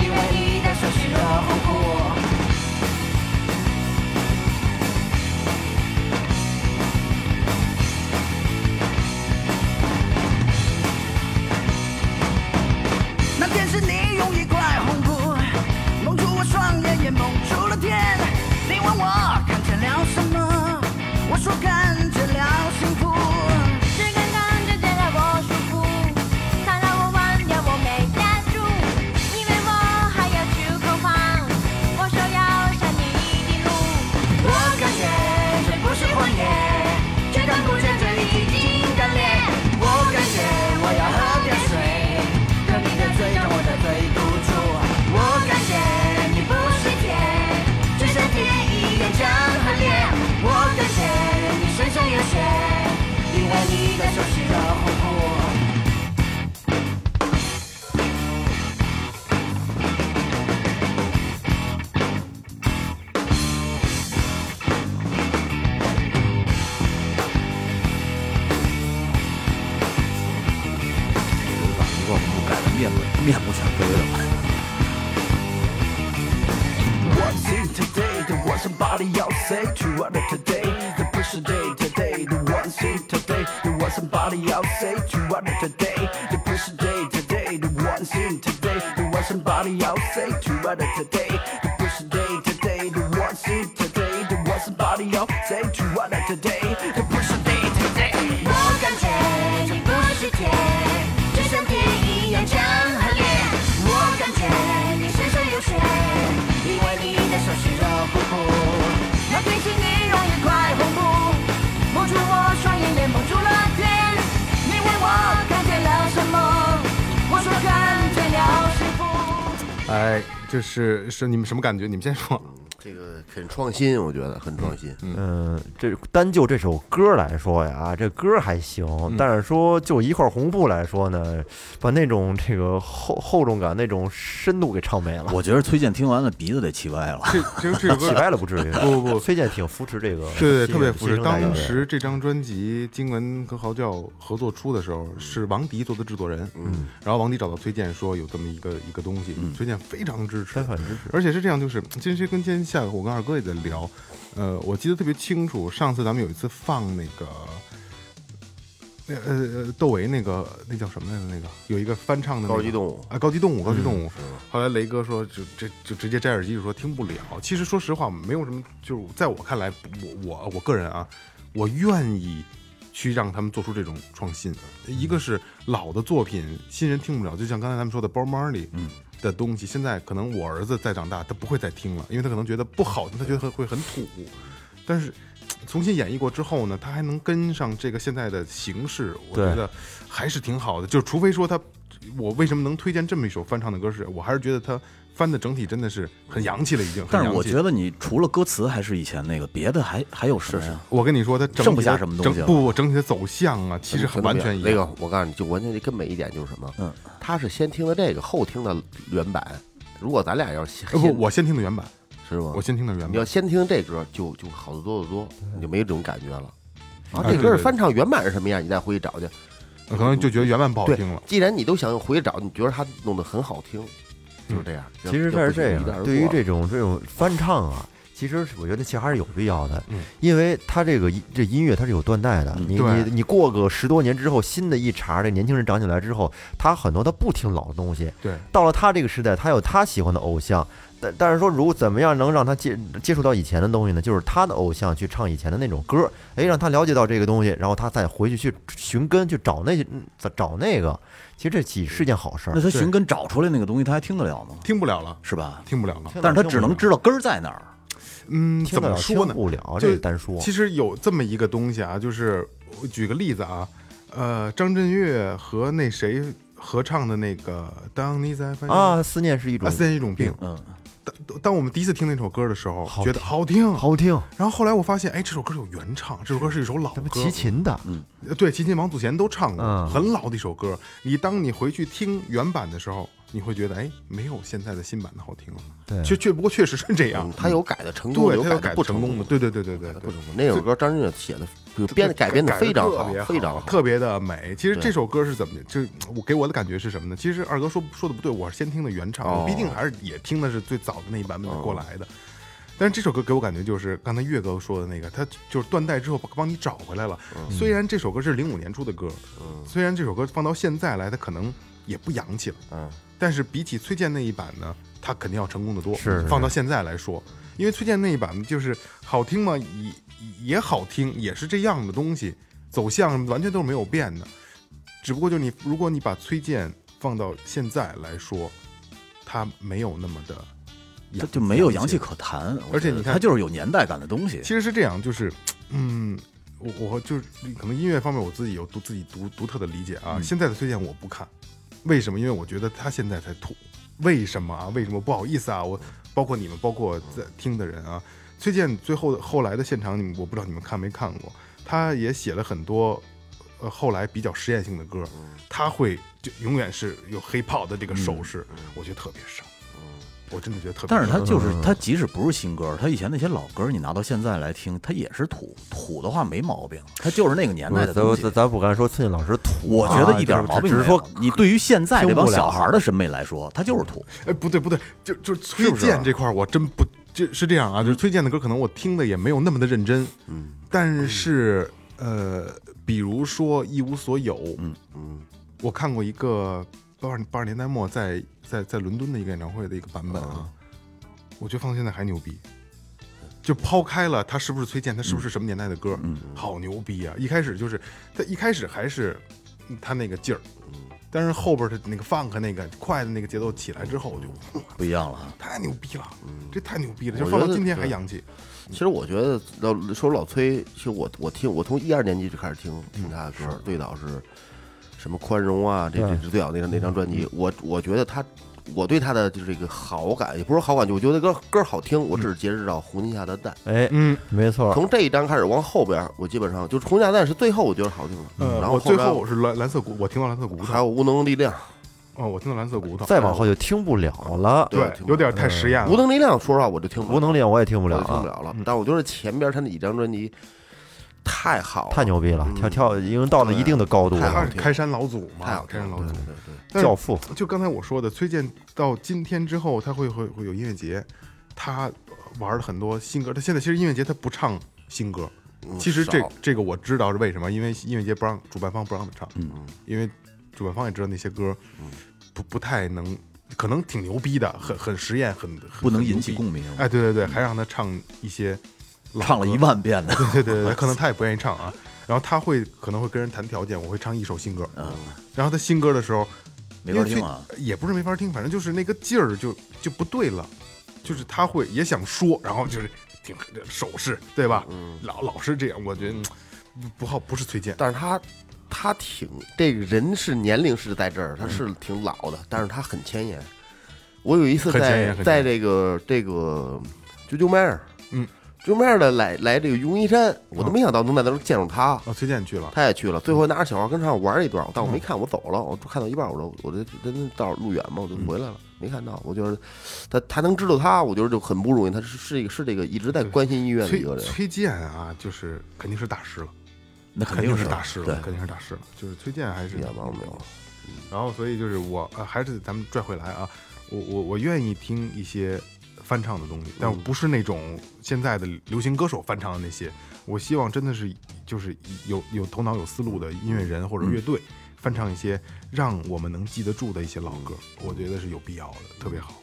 因为你的手是热乎乎。那天是你用一块红布蒙住我双眼，也蒙住了天。你问我看见了什么？我说看见了幸福。只敢看着觉得我舒服，它让我忘掉我没家住。因为我还要去何方？我说要上你的路。我感觉这不是谎言，却看不见这已经干裂。我感觉我要喝点水，让你的嘴让我的嘴堵住。我感觉你不是铁，就像铁一样强和烈。我感觉你身上有血。因为你的手是热乎乎。一块红布盖得面目面目全非的。 What's in today? The what somebody else say to other today. The person day today. The what's in today? The what somebody else say to other today. The person day today. The what's in today. The what somebody else say to other today. The person day today. The what's in today. The what somebody else say to other today. The person day today. 我感觉你不是铁，就像铁一样强和烈。我感觉你身上有血，因为你的手是热乎乎。那天是你用一块红布蒙住我哎就是是你们什么感觉？你们先说。这个很创新，我觉得很创新。嗯，这单就这首歌来说呀，这歌还行，但是说就一块红布来说呢，把那种这个厚厚重感、那种深度给唱没了。我觉得崔健听完了鼻子得气歪了。这这这首 起歌，歪了不至于，不不不崔健挺扶持这个，对对，特别扶持。新生代的当时这张专辑，金文跟嚎叫合作出的时候，是王迪做的制作人，嗯，然后王迪找到崔健说有这么一个一个东西，崔健非常支持三，反支持，而且是这样，就是其实跟今天下午我跟二哥也在聊，呃，我记得特别清楚，上次咱们有一次放那个，那呃呃窦唯那个那叫什么来着？那个有一个翻唱的、那个、高级动物啊，高级动物，高级动物。后来雷哥说，就这就直接摘耳机就说听不了。其实说实话，没有什么，就是在我看来，我我我个人啊，我愿意去让他们做出这种创新。一个是老的作品新人听不了，就像刚才咱们说的包 m a r l 嗯。的东西，现在可能我儿子再长大，他不会再听了，因为他可能觉得不好听，他觉得会很土。但是嗯重新演绎过之后呢，他还能跟上这个现在的形式，我觉对得还是挺好的。就除非说他，我为什么能推荐这么一首翻唱的歌是，我还是觉得他翻的整体真的是很洋气了，已经。很但是洋我气觉得你除了歌词还是以前那个，别的还还有什么呀？我跟你说，他整体的剩不下什么东整西了不，整体的走向啊，其实很完全一那样。个，我告诉你就完全根本一点就是什么？嗯，他是先听的这个，后听的原版。如果咱俩要是呃先不，我先听的原版，是吗？嗯我先听的原你要版。先听这歌，就就好得多得多，你就没这种感觉了。啊，对对这歌对是翻唱原版是什么样？你再回去找去。可能就觉得原版不好对听了，。既然你都想回去找，你觉得他弄得很好听，就是这样。嗯其实它是这样，对于这这种这种翻唱啊，其实我觉得其实还是有必要的嗯，因为它这个这音乐它是有断代的，嗯你对你你过个十多年之后，新的一茬这年轻人长起来之后，他很多他不听老的东西，对，到了他这个时代，他有他喜欢的偶像。但但是说，如果怎么样能让他接接触到以前的东西呢？就是他的偶像去唱以前的那种歌，哎，让他了解到这个东西，然后他再回去去寻根，去找那嗯找那个。其实这几是件好事那儿。他寻根找出来那个东西，他还听得了吗？听不了了，是吧？听不了了。但是他只能知道根儿在哪儿。嗯，听怎得么了说呢听？不了，就这单说。其实有这么一个东西啊，就是我举个例子啊，呃，张震岳和那谁合唱的那个《当你在发现啊，思念是一种啊，三一种病。嗯，当当我们第一次听那首歌的时候，好觉得好听。好听，然后后来我发现，哎，这首歌有原唱，这首歌是一首老咱歌们，齐秦的，呃对，齐秦、王祖贤都唱过，嗯很老的一首歌。你当你回去听原版的时候，你会觉得，哎，没有现在的新版的好听了。对确确不过确实是这样嗯，，他有改的成功，对，他有有改改的得不成功的，的。对对对对对，不成功。那首歌张震岳写的，就编改编的非常特别非常好。特别的美。其实对这首歌是怎么？就我给我的感觉是什么呢？其实二哥说说的不对，我是先听的原唱，哦我毕竟还是也听的是最早的那一版本过来的。但是这首歌给我感觉就是刚才岳哥说的那个，他就是断代之后帮你找回来了。嗯嗯虽然这首歌是零五年出的歌，虽然这首歌放到现在来，它可能也不洋气了，嗯，但是比起崔健那一版呢，它肯定要成功的多。是是放到现在来说，因为崔健那一版就是好听嘛，也也好听，也是这样的东西，走向完全都是没有变的。只不过就是你，如果你把崔健放到现在来说，他没有那么的，他就没有洋气可谈。我觉得而且你看他就是有年代感的东西。其实是这样，就是，嗯，我我就是可能音乐方面我自己有独自己独独特的理解啊。嗯现在的推荐我不看，为什么？因为我觉得他现在才土。为什么啊？为什么？不好意思啊，我包括你们，包括在听的人啊。崔健最后后来的现场，你们我不知道你们看没看过，他也写了很多。呃，后来比较实验性的歌，嗯他会就永远是有黑炮的这个手势，我觉得特别少，我真的觉得特别少。嗯但是他就是嗯他，即使不是新歌，他以前那些老歌，你拿到现在来听，他也是土土的话没毛病，他就是那个年代的咱东西咱。咱不敢说崔健老师土，我觉得一点啊毛病没有。只是说你对于现在这听帮不了小孩的审美来说，他就是土。哎，不对不对，就就崔健这块儿，我真不就是这样啊，就是崔健的歌，可能我听的也没有那么的认真，嗯，但是呃，比如说《一无所有》，嗯嗯，我看过一个八二八十年代末在在在伦敦的一个演唱会的一个版本啊，我觉得放到现在还牛逼。就抛开了他是不是崔健，他是不是什么年代的歌，好牛逼啊！一开始就是他一开始还是嗯他那个劲儿，但是后边儿他那个 funk 那个快的那个节奏起来之后，我就哇不一样了啊。太牛逼了，这太牛逼了，我就放到觉得今天还对洋气。其实我觉得老说老崔，其实我我听我从一二年级就开始听听他的歌，最早是什么宽容啊，这这嗯这最早那张那张专辑，我我觉得他，我对他的就是这个好感，也不是好感，就我觉得歌歌好听，我只是截止到《红旗下的蛋》。哎，嗯，没错，从这一张开始往后边，我基本上就是《红旗下的蛋》是最后我觉得好听的，呃，然我嗯后最边后是蓝蓝色骨，我听到蓝色骨头还有《无能力量》，哦，我听到蓝色骨头，再往后就听不了了。对对，有点太实验《无了。能力量》说实话我就听不了无能力我也听不我了就听啊不，了了。但我觉得前边他那几张专辑太好了，啊太牛逼了嗯，跳跳已经到了一定的高度太好了了。开山老祖嘛，太好开山听了，老对祖对。对对，但是教父，就刚才我说的，崔健到今天之后，他会会会有音乐节，他玩了很多新歌。他现在其实音乐节他不唱新歌，嗯其实这少这个我知道是为什么，因为音乐节不让主办方不让他唱，嗯，因为主办方也知道那些歌嗯不不太能，可能挺牛逼的，很很实验，很很不能很牛引起逼共鸣哎，对对对，还让他唱一些老唱了歌一万遍的， 对对对，可能他也不愿意唱啊。然后他会可能会跟人谈条件，我会唱一首新歌。嗯，然后他新歌的时候，没法听啊因为这，也不是没法听，反正就是那个劲儿就就不对了，就是他会也想说，然后就是挺手势，对吧？嗯老老是这样，我觉得嗯不不好，不是崔健。但是他他挺这个人是年龄是在这儿，他是挺老的，但是他很前沿。我有一次很前在沿很在前沿这个这个啾啾麦儿，嗯，啾啾麦儿的来来这个云一山，我都没想到能在那儿见着他。哦，崔健去了，他也去了，最后拿着小号跟上玩了一段，但我没看，我走了，我看到一半，我就我这真道路远嘛，我就回来了，没看到。我觉得他他能知道他，我觉得就很不容易。他是是一个是这个一直在关心音乐的崔一个人，崔健啊，就是肯定是大师了，那肯定是大大师对了，，肯定是大师了。就是崔健还是眼望没有。然后所以就是我、呃、还是咱们拽回来啊，我我我愿意听一些翻唱的东西，但不是那种现在的流行歌手翻唱的那些。我希望真的是就是有有头脑有思路的音乐人或者乐队、翻唱一些让我们能记得住的一些老歌，我觉得是有必要的，特别好。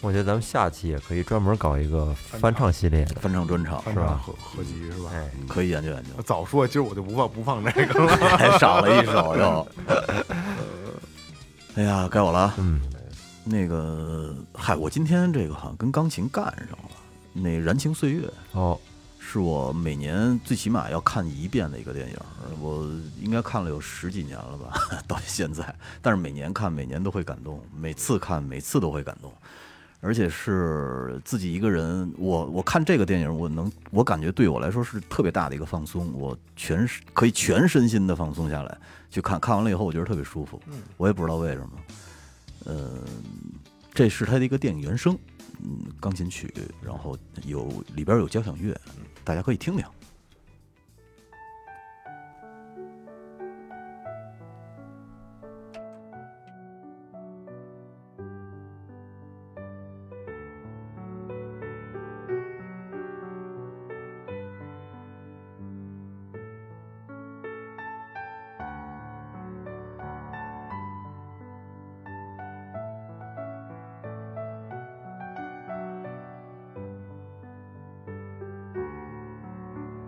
我觉得咱们下期也可以专门搞一个翻唱系列的。翻唱专场翻唱合合集是吧？哎可以研究研究。早说，今儿我就不放不放这个了。还少了一首又。哎呀，该我了啊。嗯，那个，嗨，我今天这个好像跟钢琴干上了。那《燃情岁月》哦，是我每年最起码要看一遍的一个电影，我应该看了有十几年了吧， 到现在。但是每年看，每年都会感动，每次看，每次都会感动。而且是自己一个人，我我看这个电影，我能，我感觉对我来说是特别大的一个放松，我全是可以全身心的放松下来去看，看完了以后我觉得特别舒服，我也不知道为什么，呃，这是他的一个电影原声，嗯，钢琴曲，然后有里边有交响乐，大家可以听听。我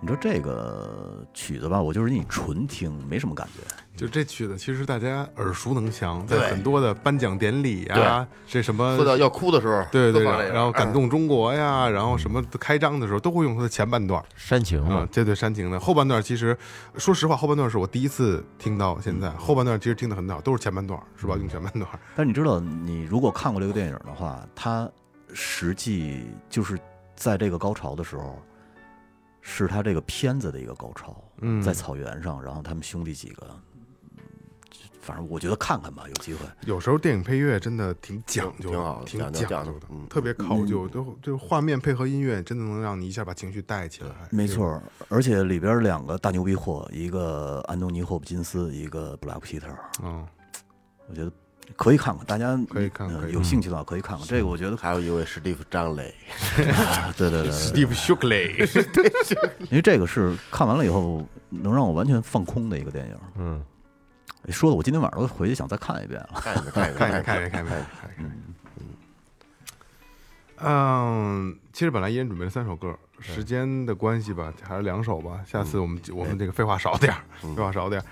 你说这个曲子吧，我就是你纯听没什么感觉，就这曲子，其实大家耳熟能详，对在很多的颁奖典礼呀，这什么说到要哭的时候，呃对对都放这对，个嗯然后感动中国呀，然后什么开张的时候都会用它的前半段儿，煽情嗯嘛，，这对煽情的后半段，其实说实话，后半段是我第一次听到，现嗯在后半段其实听的很少，都是前半段，是吧？用前半段，但是你知道，你如果看过这个电影的话，它实际就是在这个高潮的时候，是他这个片子的一个高潮，嗯在草原上，然后他们兄弟几个，嗯反正我觉得看看吧，有机会。有时候电影配乐真的挺讲究的，挺好的挺讲究讲讲究的，嗯特别考究，都就是画面配合音乐，真的能让你一下把情绪带起来。没错儿，而且里边两个大牛逼货，一个安东尼·霍普金斯，一个布拉克·皮特，就，嗯，我觉得可以看看，大家可以看呃可以有兴趣的话可以看看。这个我觉得，还有一位史蒂夫张磊，对对对 对， Steve s h u k l e y 因为这个是看完了以后能让我完全放空的一个电影。哎嗯，说的我今天晚上都回去想再看一遍了。看一看一看一 看，看一看，看看一看，看一看。嗯，其实本来一人准备了三首歌，时间的关系吧，还是两首吧。下次我们就我们这个废话少点儿，废话少点儿。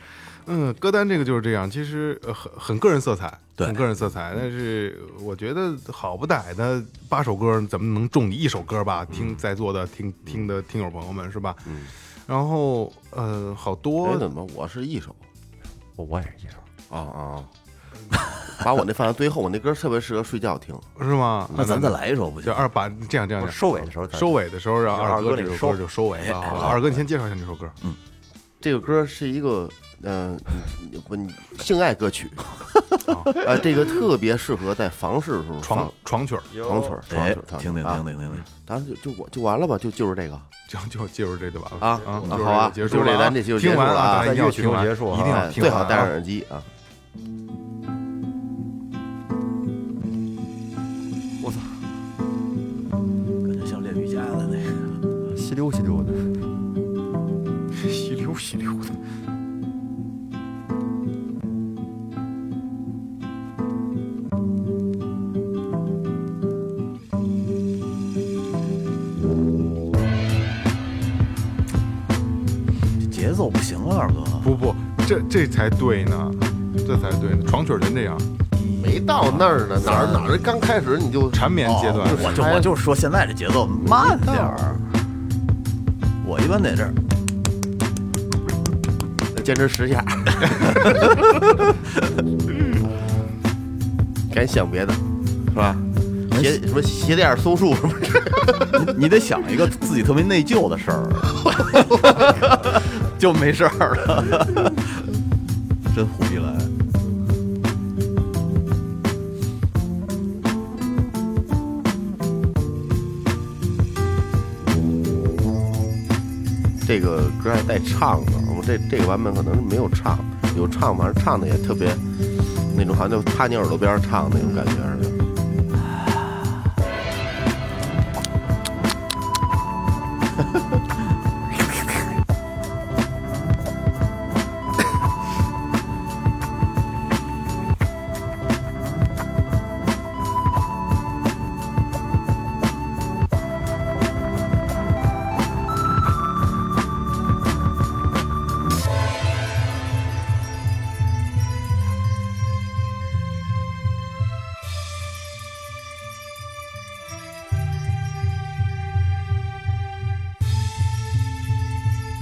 嗯，歌单这个就是这样，其实呃很很个人色彩，对很个人色彩。但是我觉得好不歹的八首歌，怎么能中你一首歌吧？听在座的听听的听友朋友们是吧？嗯。然后呃，好哎多怎么我是一首我我也是一首，啊啊， 把我那放到最后，我那歌特别适合睡觉听。是吗？那 咱再来一首不就行？二把这样这样这样收尾的时候咱哎收尾的时候让让二二哥哥那这收首歌就收哎尾了。好吧二哥，你先介绍一下这首歌。这个歌是一个，嗯、你你不，你性爱歌曲， 呃，这个特别适合在房事的时候哦床床曲儿，放床曲儿，床哎曲儿，床曲听听听儿啊，听听听，咱就就我就完了吧，就就是这个就就介入这就完了啊啊！好啊，结就束是了啊，这咱这就结听束完了啊，大啊家一定要听完，在乐曲中结束啊一定要哎，听完啊，最好戴上耳机啊。感觉像练瑜伽的那个。吸溜吸溜的，吸溜吸溜的。节奏不行了，二哥。不不，这这才对呢，这才对呢。床曲儿真这样，啊没到那儿呢，哪儿哪儿刚开始你就缠绵阶段哦，我就我就是说现在这节奏慢点儿。我一般在这儿，坚持十下， 赶紧想别的，是吧？鞋什么鞋垫儿松树什么的，你你得想一个自己特别内疚的事儿，就没事儿了。真胡逼来， 这个歌还带唱呢，我们这这个版本可能是没有唱，有唱反正唱的也特别那种，好像就趴你耳朵边儿唱那种感觉似的。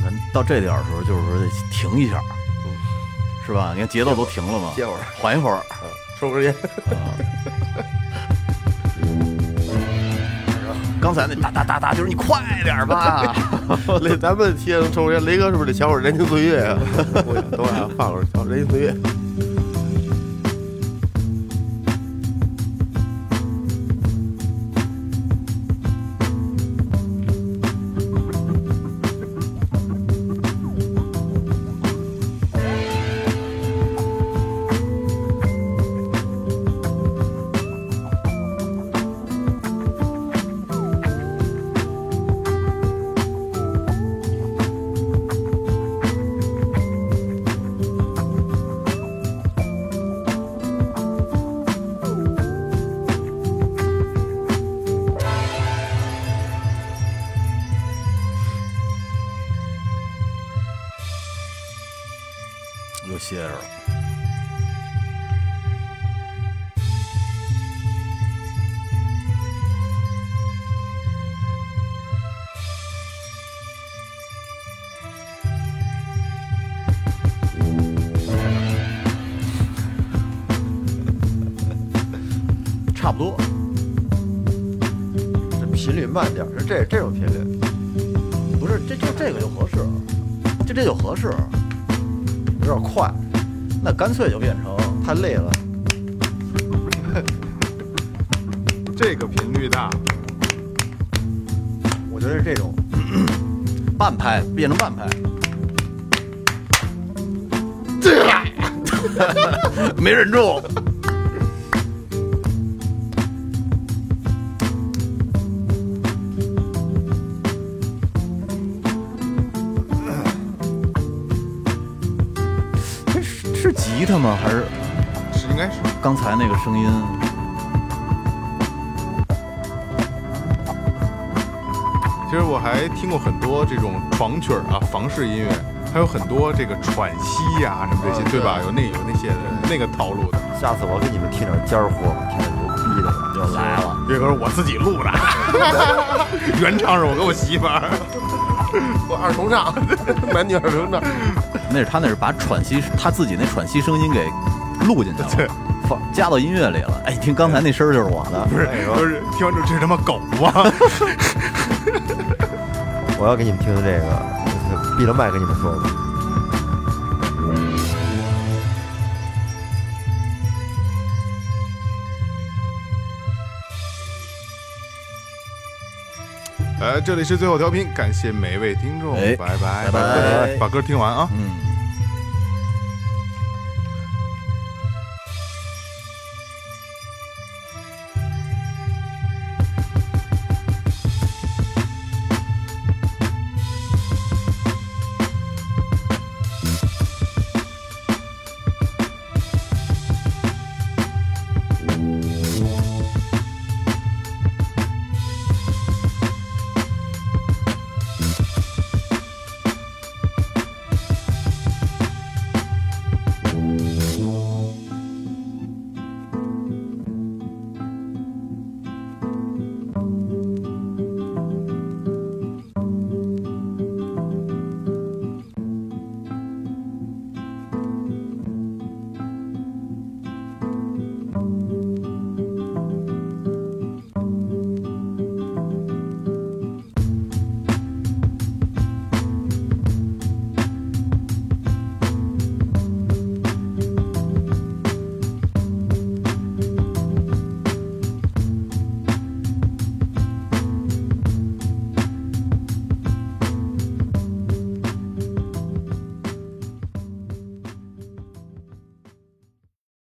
咱到这点儿的时候，就是说得停一下，是吧？你看节奏都停了嘛，歇会儿缓一会儿。抽根烟，刚才那哒哒哒哒，就是你快点儿 吧。雷，咱们先抽根烟。雷哥是不是得小会儿《人间岁月》 啊？我等会儿啊放会儿《人间岁月》。 Thank 歇着了。 差不多，这频率慢点儿，是这这种频率，不是这就这个就合适，就这就合适，有点快，那干脆就变成太累了。这个频率大，我觉得是这种，半拍，变成半拍。 没忍住，这是是吉他吗？还是是应该是刚才那个声音？其实我还听过很多这种床曲儿啊，房式音乐，还有很多这个喘息呀、什么这啊些，对吧？有那有那些的那个套路的，下次我给你们听点尖儿货吧，听点牛逼的吧。又来了，这个是我自己录的，原唱是我跟我媳妇儿。 我二重唱，男女二重唱，那是他那是把喘息他自己那喘息声音给录进去对了，放加到音乐里了。哎，你听刚才那声儿就是我的，不是，哎哎就是听完之后这是他妈狗啊吗？我要给你们听听这个，呃闭了麦跟你们说吧。呃，这里是最后调频，感谢每位听众，哎拜拜呃拜拜把歌听完啊。嗯。